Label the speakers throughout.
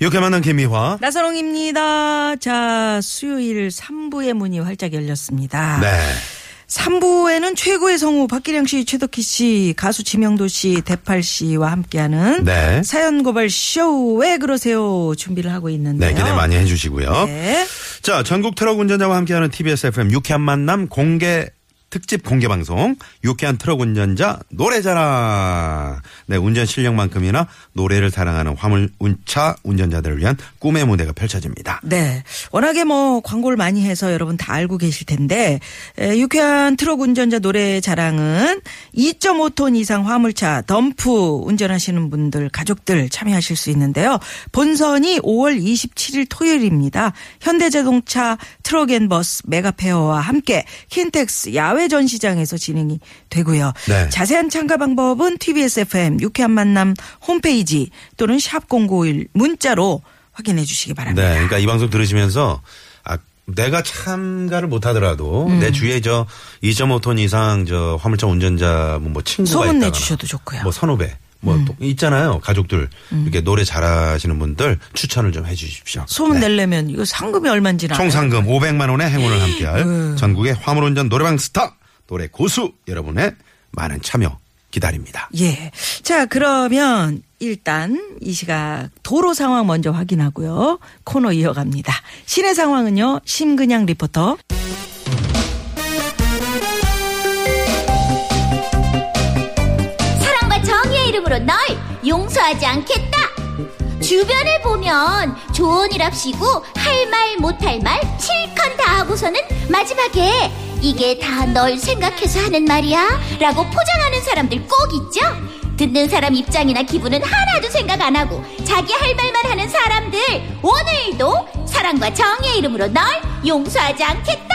Speaker 1: 이렇게 만난 개미화.
Speaker 2: 나선홍입니다. 자, 수요일 3부의 문이 활짝 열렸습니다.
Speaker 1: 네.
Speaker 2: 3부에는 최고의 성우 박기량 씨, 최덕희 씨, 가수 지명도 씨, 대팔 씨와 함께하는
Speaker 1: 네.
Speaker 2: 사연 고발 쇼, 왜 그러세요? 준비를 하고 있는데요.
Speaker 1: 네, 기대 많이 해주시고요.
Speaker 2: 네.
Speaker 1: 자, 전국 트럭 운전자와 함께하는 TBS FM 유쾌한 만남 공개 특집 공개 방송 유쾌한 트럭 운전자 노래 자랑. 네, 운전 실력만큼이나 노래를 사랑하는 화물 운차 운전자들을 위한 꿈의 무대가 펼쳐집니다.
Speaker 2: 네. 워낙에 뭐 광고를 많이 해서 여러분 다 알고 계실 텐데 에, 유쾌한 트럭 운전자 노래 자랑은 2.5톤 이상 화물차 덤프 운전하시는 분들 가족들 참여하실 수 있는데요. 본선이 5월 27일 토요일입니다. 현대자동차 트럭앤버스 메가페어와 함께 킨텍스 야외 전시장에서 진행이 되고요.
Speaker 1: 네.
Speaker 2: 자세한 참가 방법은 TBS FM 유쾌한 만남 홈페이지 또는 샵0951 문자로 확인해 주시기 바랍니다.
Speaker 1: 네, 그러니까 이 방송 들으시면서 아 내가 참가를 못하더라도
Speaker 2: 음.
Speaker 1: 내 주위에 저 2.5톤 이상 저 화물차 운전자 뭐 친구가
Speaker 2: 소문
Speaker 1: 있다거나
Speaker 2: 내주셔도 좋고요. 음.
Speaker 1: 뭐 선후배 뭐 또 있잖아요 가족들 이렇게 노래 잘하시는 분들 추천을 좀 해주십시오.
Speaker 2: 소문
Speaker 1: 네.
Speaker 2: 내려면 이거 상금이 얼마인지
Speaker 1: 총 상금 500만 원의 행운을
Speaker 2: 음.
Speaker 1: 함께할 전국의 화물운전 노래방 스타 노래 고수 여러분의 많은 참여 기다립니다.
Speaker 2: 예. 자, 그러면 일단 이 시각 도로 상황 먼저 확인하고요. 코너 이어갑니다. 시내 상황은요. 심근양 리포터.
Speaker 3: 사랑과 정의의 이름으로 널 용서하지 않겠다. 주변을 보면 조언이랍시고 할 말 못할 말 실컷 다 하고서는 마지막에 이게 다 널 생각해서 하는 말이야 라고 포장하는 사람들 꼭 있죠? 듣는 사람 입장이나 기분은 하나도 생각 안 하고 자기 할 말만 하는 사람들 오늘도 사랑과 정의의 이름으로 널 용서하지 않겠다.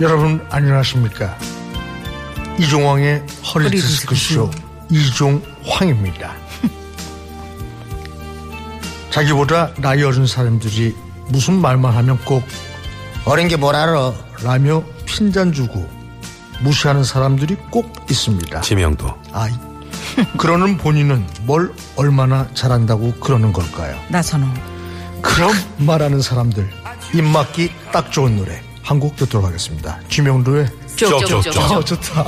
Speaker 4: 여러분 안녕하십니까 이종황의 허리디스크쇼 이종황입니다 자기보다 나이 어린 사람들이 무슨 말만 하면 꼭 어린 게 뭘 알아 라며 핀잔 주고 무시하는 사람들이 꼭 있습니다
Speaker 1: 지명도
Speaker 4: 아이 그러는 본인은 뭘 얼마나 잘한다고 그러는 걸까요
Speaker 2: 나선홍.
Speaker 4: 그럼 말하는 사람들 입맞기 딱 좋은 노래 한 곡 듣도록 하겠습니다 지명도의
Speaker 1: 쪽쪽쪽
Speaker 4: 아, 좋다.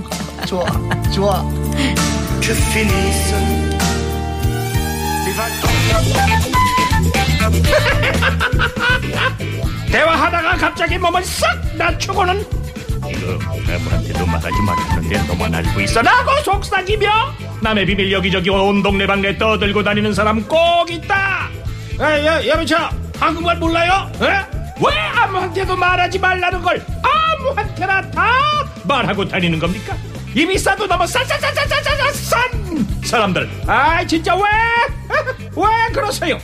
Speaker 4: 좋아, 좋아.
Speaker 5: 대화하다가 갑자기 몸을 싹 낮추고는 이거 아무한테도 말하지 말았는데 너만 알고 있어 라고 속삭이며 남의 비밀 여기저기 온 동네방네 떠들고 다니는 사람 꼭 있다 야야 야미차 한국말 몰라요? 에? 왜 아무한테도 말하지 말라는 걸 아무한테나 다 말하고 다니는 겁니까? 이미 싸도 넘어 싼싼싼싼싼 사람들 아 진짜 왜? 왜 그러세요?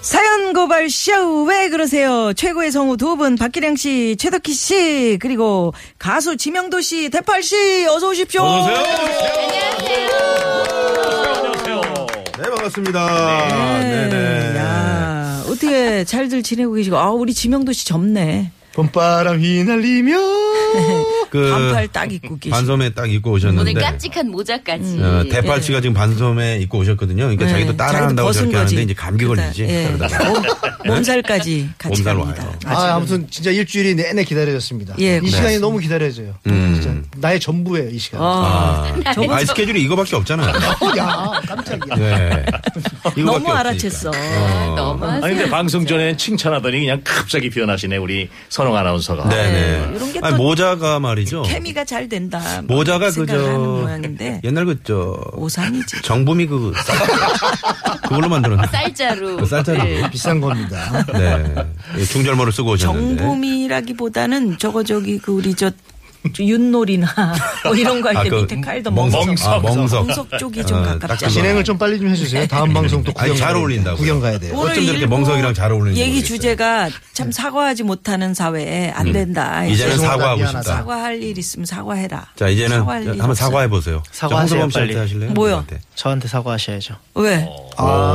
Speaker 2: 사연 고발 쇼, 왜 그러세요? 최고의 성우 두 분, 박기량 씨, 최덕희 씨, 그리고 가수 지명도 씨, 대팔 씨, 어서 오십시오.
Speaker 1: 네 반갑습니다. 네. 네
Speaker 2: 야, 어떻게 잘들 지내고 계시고, 아, 우리 지명도 씨 젊네.
Speaker 4: 봄바람 휘날리며
Speaker 1: 그
Speaker 2: 반팔 딱 입고 계시고.
Speaker 1: 반섬에 딱 입고 오셨는데
Speaker 6: 오늘 깜찍한 모자까지.
Speaker 1: 어, 대팔 씨가 지금 반섬에 입고 오셨거든요. 그러니까
Speaker 2: 네,
Speaker 1: 자기도
Speaker 2: 자기도
Speaker 1: 따라한다고
Speaker 2: 벗은
Speaker 1: 저렇게 하는데
Speaker 2: 거지.
Speaker 1: 이제 감기 걸리지.
Speaker 2: 예.
Speaker 1: 그러다가.
Speaker 2: 몸- 몸살까지 같이
Speaker 1: 네. 몸살
Speaker 2: 갑니다.
Speaker 1: 와요.
Speaker 4: 아, 아무튼 진짜 일주일이 내내 기다려졌습니다. 어.
Speaker 2: 예,
Speaker 4: 이 시간이 너무 기다려져요.
Speaker 1: 음.
Speaker 4: 진짜 나의 전부예요, 이
Speaker 2: 어,
Speaker 4: 시간.
Speaker 1: 아, 아니, 스케줄이 이거밖에 없잖아요.
Speaker 4: 야, 깜짝이야.
Speaker 1: 네.
Speaker 2: 너무
Speaker 1: 이거밖에
Speaker 2: 알아챘어. 네,
Speaker 6: 너무
Speaker 5: 아니 근데 방송 전에 칭찬하더니 그냥 갑자기 변하시네 우리 선홍 아나운서가.
Speaker 1: 네네.
Speaker 2: 이런 게또
Speaker 1: 아니, 모자가 말이죠.
Speaker 2: 케미가 잘 된다. 막
Speaker 1: 어. 모자가
Speaker 2: 생각하는
Speaker 1: 그저
Speaker 2: 모양인데
Speaker 1: 옛날 그저
Speaker 2: 오상이지.
Speaker 1: 정범이 그 쌀- 그걸로 만들었는데
Speaker 6: 쌀자루.
Speaker 1: 쌀자루. 네.
Speaker 4: 예, 비싼 겁니다.
Speaker 1: 네. 중절모를 쓰고 오셨는데.
Speaker 2: 정보미라기보다는 저거 저기 그 우리 저 저 윷놀이나 뭐 이런 거 할 때
Speaker 1: 아, 그
Speaker 2: 밑에 칼도
Speaker 1: 멍석.
Speaker 2: 멍석.
Speaker 1: 아, 멍석.
Speaker 2: 멍석 쪽이 좀
Speaker 1: 어, 딱
Speaker 2: 가깝죠.
Speaker 1: 그거.
Speaker 4: 진행을 좀 빨리 좀 해주세요. 다음 방송 또
Speaker 1: 아니,
Speaker 4: 구경
Speaker 1: 잘
Speaker 4: 가야
Speaker 1: 어울린다고요.
Speaker 4: 구경 가야 돼요. 뭐
Speaker 1: 어쩜 저렇게
Speaker 2: 일부
Speaker 1: 멍석이랑 잘 어울리는지
Speaker 2: 얘기
Speaker 1: 모르겠어요. 음.
Speaker 2: 주제가 참 사과하지 못하는 사회에 안 된다.
Speaker 1: 이제는
Speaker 4: 죄송하다,
Speaker 1: 사과하고
Speaker 4: 미안하다.
Speaker 1: 싶다.
Speaker 2: 사과할 일 있으면 사과해라.
Speaker 1: 자, 이제는
Speaker 2: 사과할 일
Speaker 1: 한번
Speaker 2: 없어.
Speaker 1: 사과해 보세요.
Speaker 7: 사과하세요,
Speaker 1: 홍서범 씨한테
Speaker 7: 빨리.
Speaker 1: 하실래요? 네,
Speaker 2: 뭐요?
Speaker 1: 누구한테?
Speaker 7: 저한테 사과하셔야죠.
Speaker 2: 왜?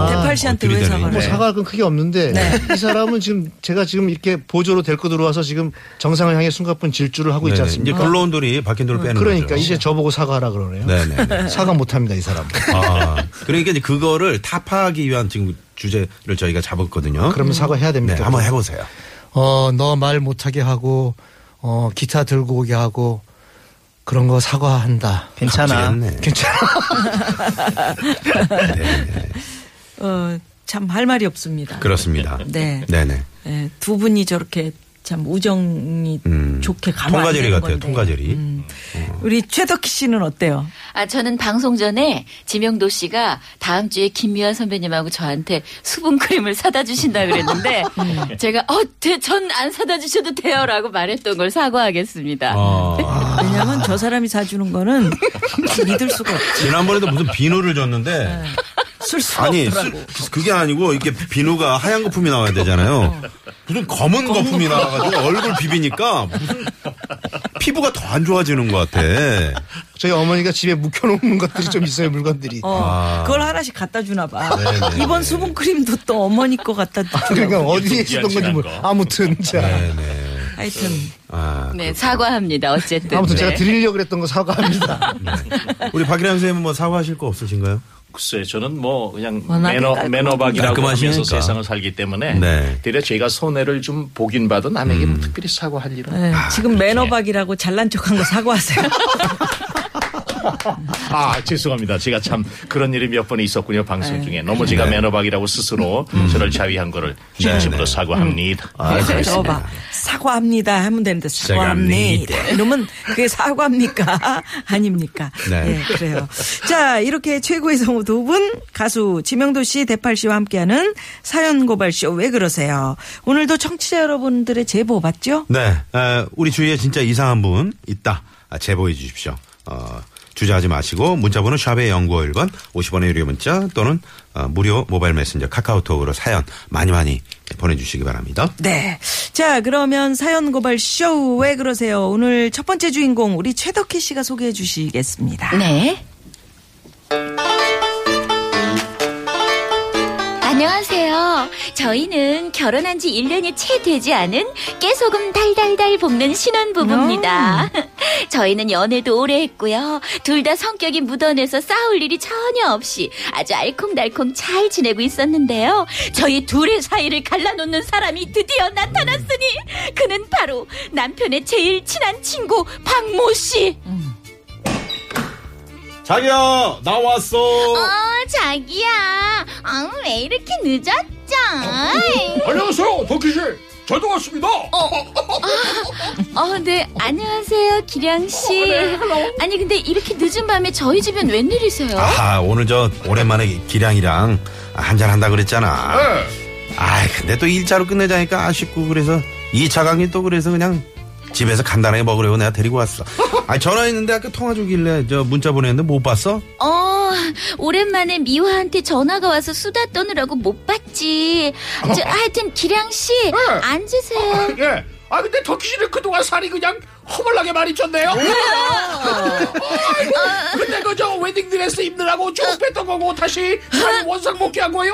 Speaker 2: 대팔 씨한테
Speaker 1: 어,
Speaker 2: 왜
Speaker 1: 들이대네.
Speaker 2: 사과를?
Speaker 4: 뭐
Speaker 2: 해?
Speaker 4: 사과할 건 크게 없는데 이 사람은 지금 제가 지금 이렇게 보조로 데리고 들어와서 지금 정상을 향해 숨가쁜 질주를 하고 뭐 있지
Speaker 1: 네네. 이제
Speaker 4: 않습니까?
Speaker 1: 굴러온 돈이 박힌 돈을 빼는
Speaker 4: 그러니까
Speaker 1: 거죠.
Speaker 4: 이제 저보고 사과하라 그러네요.
Speaker 1: 네네.
Speaker 4: 사과 못합니다 이 사람.
Speaker 1: 아, 그러니까 이제 그거를 타파하기 위한 지금 주제를 저희가 잡았거든요.
Speaker 4: 그러면 사과해야
Speaker 1: 네,
Speaker 4: 됩니다.
Speaker 1: 한번 해보세요.
Speaker 4: 어, 너 말 못하게 하고, 어, 기타 들고 오게 하고, 그런 거 사과한다.
Speaker 7: 괜찮아.
Speaker 1: 지겠네.
Speaker 4: 괜찮아.
Speaker 2: 어, 참 할 말이 없습니다.
Speaker 1: 그렇습니다.
Speaker 2: 네.
Speaker 1: 네네.
Speaker 2: 예, 두 분이 저렇게 참 우정이
Speaker 1: 음.
Speaker 2: 좋게 가면 안
Speaker 1: 통과제리
Speaker 2: 되는
Speaker 1: 같아요.
Speaker 2: 건데. 음.
Speaker 1: 통과제리.
Speaker 2: 우리 최덕희 씨는 어때요?
Speaker 6: 아, 저는 방송 전에 지명도 씨가 다음 주에 김미화 선배님하고 저한테 수분크림을 사다 주신다 그랬는데 제가 어, 전 안 사다 주셔도 돼요라고 말했던 걸 사과하겠습니다.
Speaker 1: 아,
Speaker 2: 왜냐면 저 사람이 사주는 거는 믿을 수가 없어.
Speaker 1: 지난번에도 무슨 비누를
Speaker 2: 네.
Speaker 1: 줬는데
Speaker 2: 쓸수
Speaker 1: 아니
Speaker 2: 없더라고.
Speaker 1: 수- 그게 아니고 이렇게 비누가 하얀 거품이 나와야 되잖아요. 무슨 검은 거품이 나와가지고 얼굴 비비니까 무슨 피부가 더 안 좋아지는 것 같아. 네,
Speaker 4: 저희 어머니가 집에 묵혀놓은 것들이 좀 있어요, 물건들이.
Speaker 2: 어,
Speaker 1: 아.
Speaker 2: 그걸 하나씩 갖다 주나 봐.
Speaker 1: 네네. 아,
Speaker 2: 이번 수분 크림도 또 어머니 거 갖다
Speaker 4: 그러니까
Speaker 2: 주고.
Speaker 4: 어디에 있었던 건지 몰라. 아무튼, 자.
Speaker 1: 네네.
Speaker 2: 하여튼
Speaker 1: 아,
Speaker 6: 네, 사과합니다. 어쨌든.
Speaker 4: 아무튼 제가
Speaker 6: 네.
Speaker 4: 드리려고 그랬던 거 사과합니다.
Speaker 1: 우리 박일환 선생님은 뭐 사과하실 거 없으신가요?
Speaker 5: 글쎄 저는 뭐 그냥
Speaker 2: 워낙에
Speaker 5: 매너
Speaker 2: 깔끔하군요.
Speaker 5: 매너박이라고
Speaker 1: 깔끔하시니까.
Speaker 5: 하면서 세상을 살기 때문에
Speaker 1: 네. 음.
Speaker 5: 대려 제가 손해를 좀 보긴 봐도 남에게 뭐 특별히 사과할 일은
Speaker 2: 네,
Speaker 1: 아,
Speaker 2: 지금 매너박이라고 잘난 척한 거 사과하세요.
Speaker 5: 아 죄송합니다 제가 참 그런 일이 몇 번 있었군요 방송 중에 너무 제가
Speaker 1: 네. 음.
Speaker 5: 매너박이라고 스스로 저를 자위한 거를 진심으로
Speaker 1: 네. 아,
Speaker 5: 사과합니다
Speaker 2: 저봐 사과합니다 하면 되는데 사과합니다 이러면 그게 사과입니까 아닙니까
Speaker 1: 네.
Speaker 2: 예, 그래요 자 이렇게 최고의 성우 두 분 가수 지명도 씨 대팔 씨와 함께하는 사연 고발 쇼 왜 그러세요 오늘도 청취자 여러분들의 제보 받죠
Speaker 1: 네, 에, 우리 주위에 진짜 이상한 분 있다. 아, 제보해 주십시오. 어, 주저하지 마시고 문자번호 샵의 연구 1번 50원의 유료 문자 또는 어, 무료 모바일 메신저 카카오톡으로 사연 많이 많이 보내주시기 바랍니다.
Speaker 2: 네. 자, 그러면 사연 고발 쇼 왜 그러세요? 오늘 첫 번째 주인공 우리 최덕희 씨가 소개해 주시겠습니다.
Speaker 6: 네.
Speaker 3: 안녕하세요. 저희는 결혼한 지 1년이 채 되지 않은 깨소금 달달달 볶는 신혼부부입니다. 저희는 연애도 오래 했고요. 둘 다 성격이 무던해서 싸울 일이 전혀 없이 아주 알콩달콩 잘 지내고 있었는데요. 저희 둘의 사이를 갈라놓는 사람이 드디어 나타났으니 그는 바로 남편의 제일 친한 친구 박모 씨.
Speaker 1: 자기야 나 왔어.
Speaker 3: 어, 자기야. 아, 왜 이렇게 늦었죠?
Speaker 5: 어, 안녕하세요 도키씨 저도 왔습니다
Speaker 6: 어, 네. 안녕하세요. 기량
Speaker 5: 어,
Speaker 6: 씨.
Speaker 5: 네,
Speaker 6: 아니 근데 이렇게 늦은 밤에 저희 집엔
Speaker 2: 어?
Speaker 6: 웬일이세요?
Speaker 1: 아 오늘 저 오랜만에 기량이랑 한잔 한다 그랬잖아.
Speaker 2: 네.
Speaker 1: 아 근데 또 1차로 끝내자니까 아쉽고 그래서 2차 강의 또 그래서 그냥 집에서 간단하게 먹으려고 내가 데리고 왔어. 아 전화했는데 아까 통화 주길래 저 문자 보냈는데 못 봤어?
Speaker 3: 어, 오랜만에 미화한테 전화가 와서 수다 떠느라고 못 봤지. 저, 하여튼, 기량씨, 앉으세요.
Speaker 5: 예. 아 근데 터키씨는 그동안 살이 그냥 허벌나게 많이 쪘네요. 아이고, 근데 그저 웨딩드레스 입느라고 쭉 뺐던 거고 다시 살 원상 복귀한 거예요?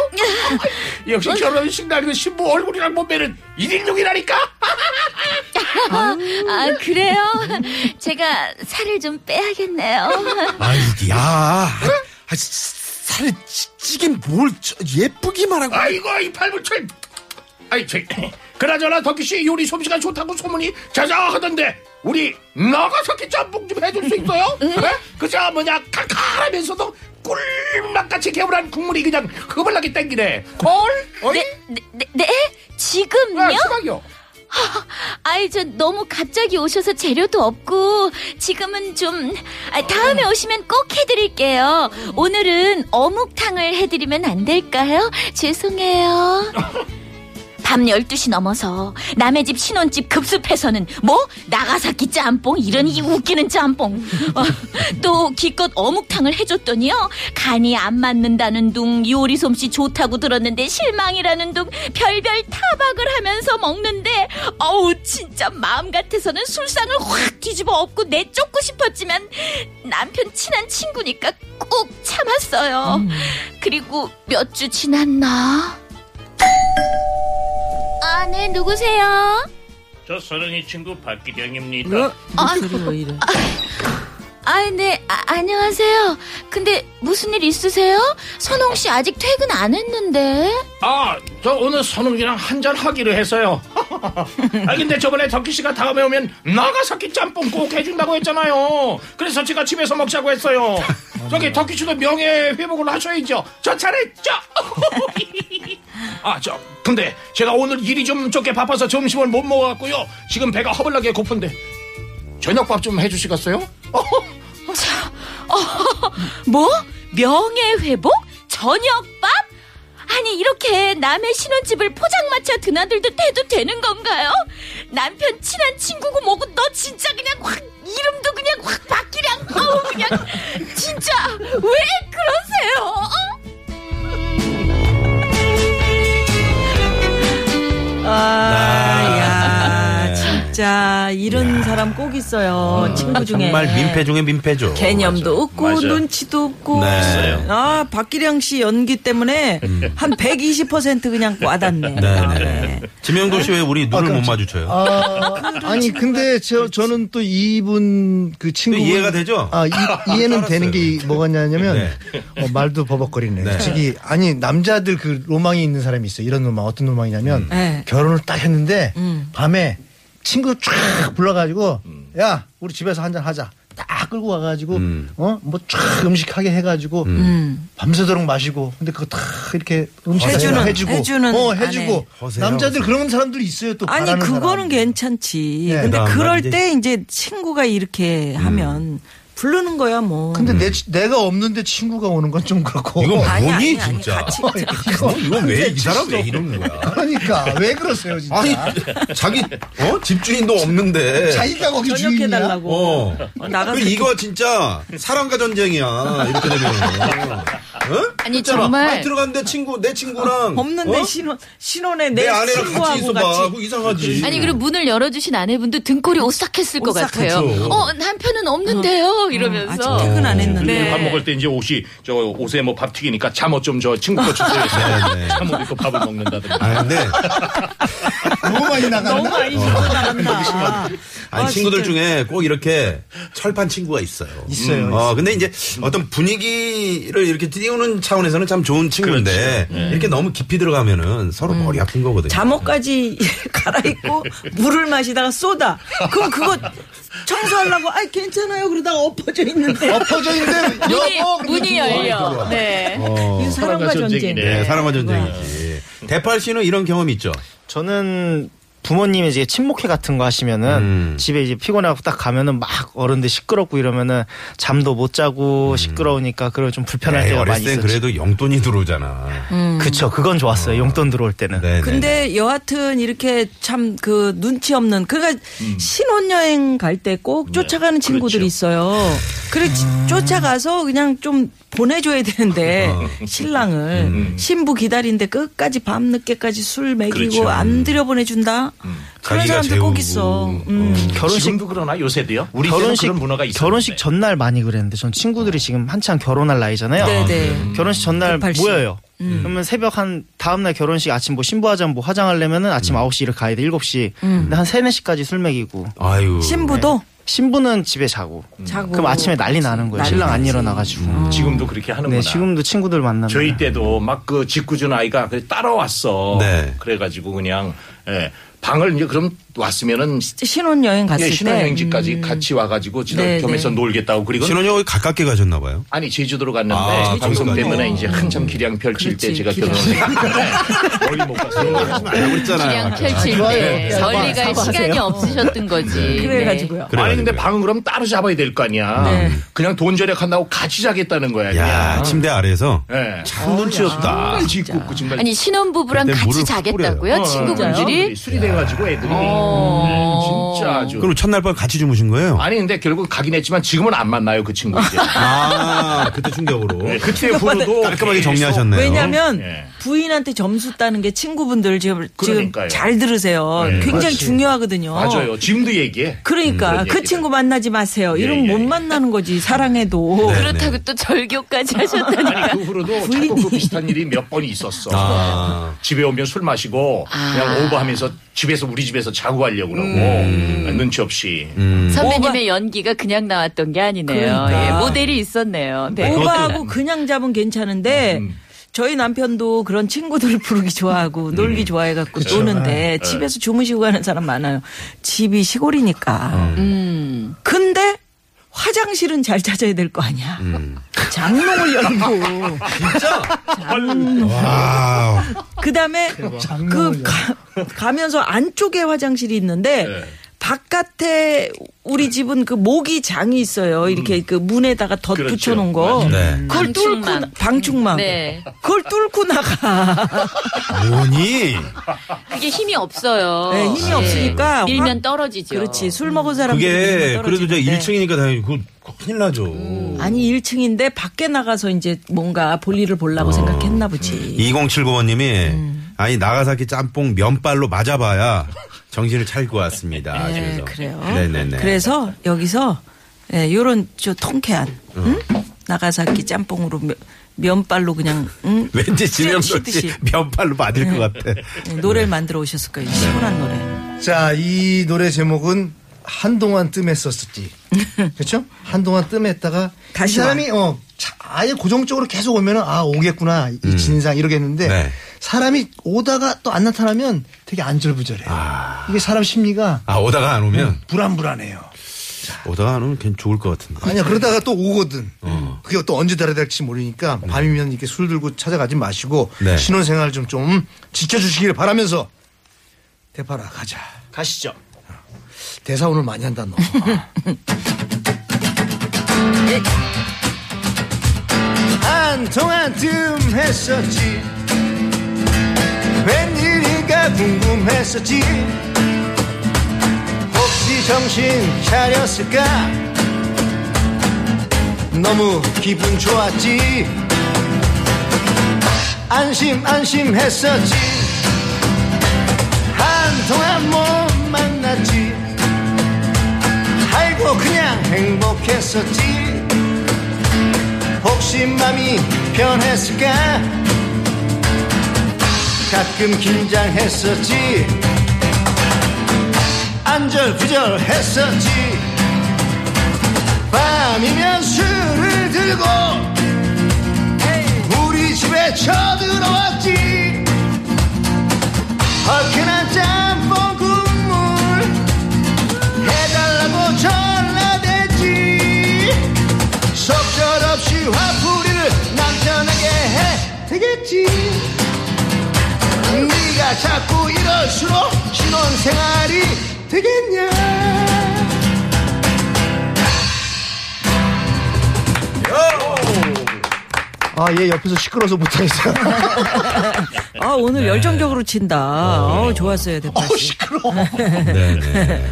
Speaker 5: 역시 결혼식 날 그 신부 얼굴이랑 몸매는 1인용이라니까.
Speaker 3: 아, 그래요? 제가 살을 좀 빼야겠네요.
Speaker 1: 아이, 야.
Speaker 2: 네?
Speaker 1: 아, 살이 찌- 찌긴 뭘 쪄- 예쁘기만 하고.
Speaker 5: 아이고 이 팔불출. 아이 제 그나저나 터키씨 요리 솜씨가 좋다고 소문이 자자하던데 우리 나가사키 짬뽕 좀 해줄 수 있어요? 네? 그저 뭐냐 칼칼하면서도 꿀맛같이 개운한 국물이 그냥 흐물나게 땡기네. 콜? 어이? 아,
Speaker 3: 네, 네, 네, 네? 지금요?
Speaker 5: 수박이요.
Speaker 3: 아이, 저 너무 갑자기 오셔서 재료도 없고, 지금은 좀, 아, 다음에 오시면 꼭 해드릴게요. 오늘은 어묵탕을 해드리면 안 될까요? 죄송해요.
Speaker 6: 밤 12시 넘어서 남의 집 신혼집 급습해서는 뭐 나가사키 짬뽕 이런 이 웃기는 짬뽕 어, 또 기껏 어묵탕을 해줬더니요 간이 안 맞는다는 둥 요리 솜씨 좋다고 들었는데 실망이라는 둥 별별 타박을 하면서 먹는데 어우 진짜 마음 같아서는 술상을 확 뒤집어 엎고 내쫓고 싶었지만 남편 친한 친구니까 꾹 참았어요 그리고 몇 주 지났나
Speaker 3: 아, 네, 누구세요?
Speaker 5: 저 서른이 친구 박기령입니다.
Speaker 2: 목소리 왜 이래?
Speaker 6: 아, 네, 아, 안녕하세요. 근데 무슨 일 있으세요? 선홍 씨 아직 퇴근 안 했는데.
Speaker 5: 아, 저 오늘 선웅이랑 한잔 하기로 했어요. 아, 근데 저번에 덕희 씨가 다음에 오면 나가사키 짬뽕 꼭 해준다고 했잖아요. 그래서 제가 집에서 먹자고 했어요. 저기 덕희 씨도 명예 회복을 하셔야죠. 저 잘했죠? 아, 저, 근데 제가 오늘 일이 좀 적게 바빠서 점심을 못 먹어갖고요. 지금 배가 허벌나게 고픈데. 저녁밥 좀 해주시겠어요?
Speaker 6: 뭐? 명예회복? 저녁밥? 아니, 이렇게 남의 신혼집을 포장마차 드나들듯 해도 되는 건가요? 남편 친한 친구고 뭐고 너 진짜 그냥 확, 이름도 그냥 확 바뀌량. 어우, 그냥. 진짜, 왜 그러세요? 어?
Speaker 2: 아,
Speaker 1: 네.
Speaker 2: 야, 진짜 이런 사람 꼭 있어요. 친구 중에
Speaker 1: 정말 민폐 중에 민폐죠.
Speaker 2: 개념도 없고
Speaker 5: 맞아.
Speaker 2: 눈치도 없고.
Speaker 1: 네. 있어요.
Speaker 2: 아 박기량 씨 연기 때문에 한 120% 그냥 와닿네.
Speaker 1: 음. 네네. 지명도
Speaker 2: 아,
Speaker 1: 씨 왜 우리 눈을 못 마주쳐요?
Speaker 2: 어,
Speaker 4: 아, 니 근데 저 저는 또 이분 그 친구
Speaker 1: 이해가 되죠?
Speaker 4: 아 이, 이해는 되는 게 뭐가냐면
Speaker 1: 네.
Speaker 4: 어, 말도 버벅거리네.
Speaker 1: 네.
Speaker 4: 솔직히 아니 남자들 그 로망이 있는 사람이 있어. 요 이런 로망 어떤 로망이냐면
Speaker 2: 네.
Speaker 4: 결혼을 딱 했는데 밤에 친구 쫙 불러가지고 야 우리 집에서 한잔 하자. 딱 끌고 와가지고 어뭐쫙 음식하게 해가지고 밤새도록 마시고 근데 그거 다 이렇게 음식
Speaker 2: 해주는,
Speaker 4: 해주고
Speaker 2: 해주는
Speaker 4: 어
Speaker 2: 아내.
Speaker 4: 해주고
Speaker 1: 허세요,
Speaker 4: 남자들
Speaker 1: 허세.
Speaker 4: 그런 사람들 있어요 또
Speaker 2: 아니
Speaker 4: 바라는
Speaker 2: 그거는
Speaker 4: 사람.
Speaker 2: 괜찮지.
Speaker 4: 네.
Speaker 2: 근데
Speaker 1: 그다음
Speaker 2: 그럴
Speaker 1: 이제- 음.
Speaker 2: 때 이제 친구가 이렇게 하면 부르는 거야 뭐.
Speaker 4: 근데 내, 치- 내가 없는데 친구가 오는 건 좀 그렇고.
Speaker 1: 이거
Speaker 2: 어. 아니,
Speaker 1: 뭐니
Speaker 2: 아니, 아니,
Speaker 1: 진짜?
Speaker 2: 같이 아,
Speaker 1: 이거 이거 왜 이 사람 왜 이러는 거야?
Speaker 4: 그러니까 왜 그러세요 진짜.
Speaker 1: 아니 자기 어 집주인도 없는데.
Speaker 4: 자기가 거기
Speaker 2: 저녁
Speaker 4: 주인이야.
Speaker 2: 해달라고.
Speaker 1: 어.
Speaker 2: 나가서
Speaker 1: 그 이거 진짜 사랑과 전쟁이야. 이렇게 되면. 어?
Speaker 6: 아니,
Speaker 1: 있잖아.
Speaker 6: 정말.
Speaker 1: 아, 들어갔는데 친구 내 친구랑
Speaker 2: 아, 없는데
Speaker 1: 어?
Speaker 2: 신혼 신혼에 내,
Speaker 1: 내 아내랑
Speaker 2: 친구하고
Speaker 1: 같이 있어봐. 그거 이상하지.
Speaker 6: 아니 그리고 문을 열어주신 아내분도 등골이 오싹했을 것 같아요.
Speaker 1: 오싹하죠.
Speaker 6: 어 남편은 없는데요
Speaker 2: 음. 아직
Speaker 6: 이러면서.
Speaker 2: 퇴근 안 했는데.
Speaker 6: 네.
Speaker 5: 밥 먹을 때 이제 옷이 저 옷에 뭐 밥 튀기니까 잠옷 좀 저 친구 거 주세요.
Speaker 1: 네, 네.
Speaker 5: 잠옷 입고 밥을 먹는다든가.
Speaker 1: 아 근데
Speaker 4: 너무 많이
Speaker 2: 너무
Speaker 4: 나간다.
Speaker 2: 많이 주고 나간다.
Speaker 1: 어. 아니
Speaker 2: 아,
Speaker 1: 친구들
Speaker 2: 진짜.
Speaker 1: 중에 꼭 이렇게 철판 친구가 있어요.
Speaker 4: 있어요,
Speaker 1: 어 근데 이제 어떤 분위기를 이렇게 띄우는 차원에서는 참 좋은 친구인데 이렇게 너무 깊이 들어가면은 서로 머리 아픈 거거든요.
Speaker 2: 잠옷까지 갈아입고 물을 마시다가 쏟아. 그럼 그거 청소하려고 아 괜찮아요 그러다가 엎어져 있는데.
Speaker 4: 엎어져 있는데
Speaker 6: 문이,
Speaker 4: 여보 그러면
Speaker 6: 문이 열려. 네.
Speaker 1: 어.
Speaker 2: 이 사람과
Speaker 5: 사랑과 전쟁이네.
Speaker 2: 전쟁.
Speaker 1: 네, 사랑과 전쟁이지. 대팔 씨는 이런 경험 있죠?
Speaker 7: 저는 부모님이 이제 친목회 같은 거 하시면은
Speaker 1: 음.
Speaker 7: 집에 이제 피곤하고 딱 가면은 막 어른들 시끄럽고 이러면은 잠도 못 자고 시끄러우니까 그걸 좀 불편할
Speaker 1: 에이,
Speaker 7: 때가
Speaker 1: 네, 어렸을
Speaker 7: 많이
Speaker 1: 땐
Speaker 7: 있었죠.
Speaker 1: 그래도 용돈이 들어오잖아.
Speaker 7: 그쵸 그건 좋았어요. 용돈 들어올 때는.
Speaker 1: 네네.
Speaker 2: 음. 근데 여하튼 이렇게 참 그 눈치 없는 그러니까 신혼여행 갈 때 꼭 쫓아가는 친구들이
Speaker 5: 그렇죠.
Speaker 2: 있어요. 그래 쫓아가서 그냥 좀 보내줘야 되는데 신랑을 신부 기다리는데 끝까지 밤 늦게까지 술 먹이고
Speaker 5: 그렇죠.
Speaker 2: 안 들여 보내준다. 그런
Speaker 1: 자기가
Speaker 2: 사람들
Speaker 1: 재우고.
Speaker 2: 꼭 있어. 음.
Speaker 7: 결혼식-
Speaker 5: 지금도 그러나 요새도요. 우리 결혼식
Speaker 7: 결혼식
Speaker 5: 그런 문화가 있어요.
Speaker 7: 결혼식 전날 많이 그랬는데 전 친구들이 지금 한창 결혼할 나이잖아요.
Speaker 2: 네네. 음.
Speaker 7: 결혼식 전날
Speaker 2: 급할 시. 음.
Speaker 7: 모여요. 그러면 새벽 한 다음 날 결혼식 아침 뭐 신부화장 뭐 화장하려면은 아침 9시 를 가야 돼. 7시.
Speaker 2: 음.
Speaker 7: 근데 한 3, 4시까지 술 먹이고
Speaker 1: 아유.
Speaker 2: 신부도
Speaker 7: 신부는 집에 자고.
Speaker 8: 음.
Speaker 2: 자고.
Speaker 7: 그 네. 그럼 아침에 난리 나는 거예요.
Speaker 2: 난리
Speaker 7: 신랑 안
Speaker 2: 나지.
Speaker 7: 일어나 가지고.
Speaker 1: 음.
Speaker 5: 지금도 그렇게 하는구나.
Speaker 7: 네, 지금도 친구들 만나면
Speaker 5: 저희 때도 막 그 짓궂은 아이가 그 따라왔어.
Speaker 1: 네.
Speaker 5: 그래가지고 그냥 예,
Speaker 8: 방을 이제 그럼 왔으면은
Speaker 2: 신혼여행 갔을
Speaker 8: 예,
Speaker 2: 때 음.
Speaker 8: 신혼여행지까지 같이 와가지고 지난
Speaker 2: 네,
Speaker 8: 겸해서
Speaker 2: 네.
Speaker 8: 놀겠다고 그리고
Speaker 1: 신혼여행이 가깝게 가셨나 봐요.
Speaker 8: 아니 제주도로 갔는데
Speaker 1: 아,
Speaker 8: 방송
Speaker 1: 제주도로
Speaker 8: 때문에
Speaker 1: 가셨구나.
Speaker 8: 이제 한참 기량 펼칠 때
Speaker 2: 그렇지,
Speaker 8: 제가
Speaker 2: 기량.
Speaker 8: 결혼했는데 멀리 못 갔어요.
Speaker 1: 말하고 있잖아요.
Speaker 6: 기량 펼칠
Speaker 4: 좋아요.
Speaker 6: 때
Speaker 4: 야,
Speaker 6: 멀리 갈
Speaker 2: 사과하세요.
Speaker 6: 시간이 없으셨던 거지. 네.
Speaker 2: 그래가지고요.
Speaker 8: 아니 근데 방은 그럼 따로 잡아야 될 거 아니야. 그냥 돈 절약한다고 같이 자겠다는 거야.
Speaker 1: 야,
Speaker 8: 그냥.
Speaker 1: 침대 아래서
Speaker 8: 예.
Speaker 1: 참 눈치 없다.
Speaker 8: 정말 짓궂고 정말.
Speaker 6: 아니 신혼부부랑
Speaker 1: 그때 물을
Speaker 6: 같이
Speaker 1: 훅
Speaker 6: 자겠다고요?
Speaker 8: 어,
Speaker 6: 친구분들이?
Speaker 8: 술이 돼가지고 애들이
Speaker 6: 어.
Speaker 8: 음, 진짜 아주.
Speaker 1: 그럼 첫날 밤 같이 주무신 거예요?
Speaker 8: 아니 근데 결국 가긴 했지만 지금은 안 만나요 그 친구 이제.
Speaker 1: 아, 그때 충격으로.
Speaker 8: 네, 그때 후로도
Speaker 1: 깔끔하게
Speaker 8: 계속
Speaker 1: 정리하셨네요.
Speaker 2: 왜냐하면
Speaker 8: 예.
Speaker 2: 부인한테 점수 따는 게 친구분들 지금 지금
Speaker 8: 그러니까요.
Speaker 2: 잘 들으세요.
Speaker 8: 네,
Speaker 2: 굉장히
Speaker 8: 맞지.
Speaker 2: 중요하거든요.
Speaker 1: 어.
Speaker 8: 맞아요. 지금도 얘기해.
Speaker 2: 그러니까
Speaker 8: 음, 그런
Speaker 2: 그
Speaker 8: 얘기다.
Speaker 2: 친구 만나지 마세요.
Speaker 8: 예,
Speaker 2: 이러면
Speaker 8: 예,
Speaker 2: 못
Speaker 8: 예.
Speaker 2: 만나는 거지 사랑해도.
Speaker 1: 네,
Speaker 6: 그렇다고 또 절교까지
Speaker 2: 음.
Speaker 6: 하셨다니.
Speaker 8: 아니 그 후로도 자꾸 그 비슷한 일이 몇 번 있었어.
Speaker 1: 아.
Speaker 8: 집에 오면 술 마시고
Speaker 6: 아.
Speaker 8: 그냥 오버하면서 집에서 우리 집에서 자고 가려고 그러고
Speaker 6: 음.
Speaker 8: 눈치 없이.
Speaker 1: 음.
Speaker 6: 선배님의 연기가 그냥 나왔던 게 아니네요.
Speaker 2: 그러니까.
Speaker 6: 예, 모델이 있었네요. 네.
Speaker 2: 오바하고 그냥 잡은 괜찮은데 저희 남편도 그런 친구들을 부르기 좋아하고 놀기 좋아해갖고 노는데 집에서 주무시고 가는 사람 많아요. 집이 시골이니까. 음. 근데 화장실은 잘 찾아야 될 거 아니야. 장롱을 열고.
Speaker 1: 와,
Speaker 2: 그다음에 그 가, 가면서 안쪽에 화장실이 있는데 바깥에 우리 집은 그 모기 장이 있어요. 이렇게 그 문에다가 덧
Speaker 8: 그렇죠.
Speaker 2: 붙여 놓은 거.
Speaker 1: 네.
Speaker 2: 그걸 뚫고
Speaker 6: 방충망.
Speaker 2: 나- 방충망.
Speaker 6: 네.
Speaker 2: 그걸 뚫고 나가.
Speaker 1: 뭐니?
Speaker 6: 그게 힘이 없어요.
Speaker 2: 네, 힘이
Speaker 6: 예.
Speaker 2: 없으니까
Speaker 6: 밀면
Speaker 2: 확-
Speaker 6: 떨어지죠.
Speaker 2: 그렇지. 술 먹은 사람들
Speaker 1: 그게 그래도 이제 1층이니까 당연히 그 큰일 나죠.
Speaker 2: 네. 음. 아니 1층인데 밖에 나가서 이제 뭔가 볼일을
Speaker 1: 어.
Speaker 2: 보려고 생각했나
Speaker 1: 음.
Speaker 2: 보지. 예,
Speaker 1: 2079번님이
Speaker 2: 음.
Speaker 1: 아니 나가사키 짬뽕 면발로 맞아봐야 정신을 차릴 것 같습니다.
Speaker 2: 네,
Speaker 1: 하시면서.
Speaker 2: 그래요.
Speaker 1: 네네네.
Speaker 2: 그래서 여기서 예, 요런 저 통쾌한
Speaker 1: 어.
Speaker 2: 응? 나가사키 짬뽕으로 면- 면발로 그냥 응?
Speaker 1: 왠지 지명도 네. 씨
Speaker 2: 치듯이
Speaker 1: 면발로 맞을 것 같아.
Speaker 2: 예, 노래를 만들어 오셨을 거예요. 시원한 노래.
Speaker 4: 자, 이 노래 제목은 한동안 뜸했었지. 그렇죠? 한동안 뜸했다가
Speaker 2: 다시
Speaker 4: 이 사람이 어 자- 아예 고정적으로 계속 오면은 아 오겠구나 이 진상 이러겠는데
Speaker 1: 네.
Speaker 4: 사람이 오다가 또 안 나타나면 되게 안절부절해요. 이게 사람 심리가
Speaker 1: 아 오다가 안 오면
Speaker 4: 불안불안해요.
Speaker 2: 음.
Speaker 1: 오다가 안 오면 괜 좋을 것 같은데.
Speaker 4: 아니야 그러다가 또 오거든. 그게 또 언제 달아야 될지 모르니까 밤이면 이렇게 술 들고 찾아가지 마시고
Speaker 1: 네.
Speaker 4: 신혼생활 좀 좀 지켜주시길 바라면서 대파라 가자.
Speaker 7: 가시죠.
Speaker 4: 대사 오늘 많이 한다 너. 한동안 뜸했었지 웬일인가 궁금했었지 혹시 정신 차렸을까 너무 기분 좋았지 안심 안심했었지 한동안 못 만났지 아이고 그냥 행복했었지 혹시 맘이 변했을까 가끔 긴장했었지 안절부절했었지 밤이면 술을 들고 우리 집에 쳐들어왔지 얼큰한 짬뽕 국물 해달라고 전화되지 속절없이 화풀이를 남편에게 해 되겠지 네가 자꾸 이럴수록 신혼생활이 되겠냐 아 얘 옆에서 시끄러워서 못하겠어요
Speaker 2: 아 오늘
Speaker 1: 네.
Speaker 2: 열정적으로 친다.
Speaker 1: 예.
Speaker 2: 어, 좋았어요 대파 씨.
Speaker 1: 네네.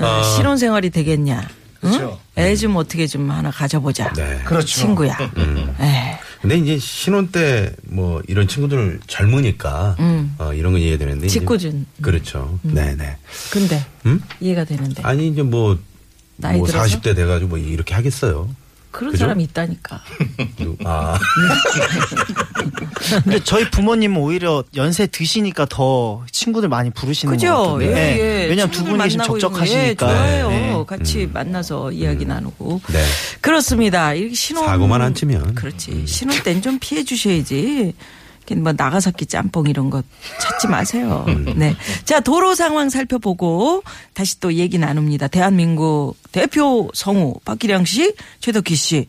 Speaker 1: 어.
Speaker 2: 아, 신혼생활이 되겠냐.
Speaker 4: 그렇죠.
Speaker 2: 애 좀 어떻게 좀 하나 가져보자.
Speaker 1: 네. 음.
Speaker 4: 그렇죠.
Speaker 2: 친구야. 네. 에.
Speaker 1: 근데 이제 신혼 때 뭐 이런 친구들 젊으니까
Speaker 2: 음.
Speaker 1: 어, 이런 건 이해되는데. 이제-
Speaker 2: 짓궂은.
Speaker 1: 그렇죠.
Speaker 2: 음.
Speaker 1: 네네.
Speaker 2: 근데
Speaker 1: 음?
Speaker 2: 이해가 되는데
Speaker 1: 아니 이제 뭐.
Speaker 2: 나이
Speaker 1: 뭐
Speaker 2: 들어서?
Speaker 1: 40대 돼가지고 뭐 이렇게 하겠어요.
Speaker 2: 그런
Speaker 1: 그죠?
Speaker 2: 사람이 있다니까.
Speaker 1: 아,
Speaker 7: 근데 저희 부모님은 오히려 연세 드시니까 더 친구들 많이 부르시는
Speaker 2: 그죠?
Speaker 7: 것 같아요.
Speaker 2: 예,
Speaker 7: 네.
Speaker 2: 예.
Speaker 7: 왜냐면 두
Speaker 2: 친구들
Speaker 7: 분이
Speaker 2: 만나고
Speaker 7: 지금
Speaker 2: 있는 거, 예,
Speaker 7: 적적하시니까.
Speaker 2: 좋아요.
Speaker 7: 네. 음.
Speaker 2: 같이 만나서 이야기 나누고.
Speaker 1: 네.
Speaker 2: 그렇습니다. 이렇게 신혼
Speaker 1: 사고만 안 치면. 음.
Speaker 2: 그렇지. 신혼 때는 좀 피해 주셔야지. 그뭐 나가사키 짬뽕 이런 거 찾지 마세요.
Speaker 1: 음.
Speaker 2: 네. 자, 도로 상황 살펴보고 다시 또 얘기 나눕니다. 대한민국 대표 성우 박기량 씨, 최덕기 씨.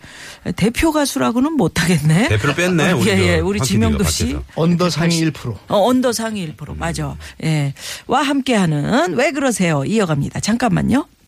Speaker 2: 대표 가수라고는 못 하겠네.
Speaker 1: 대표를 뺐네, 우리
Speaker 2: 예, 예.
Speaker 1: 저
Speaker 2: 우리
Speaker 1: 황
Speaker 2: 지명도
Speaker 1: PD가
Speaker 2: 씨.
Speaker 1: 밖에서.
Speaker 4: 언더 상위 1%.
Speaker 2: 어, 언더 상위 1% 맞아. 예. 와 함께하는 왜 그러세요? 이어갑니다. 잠깐만요.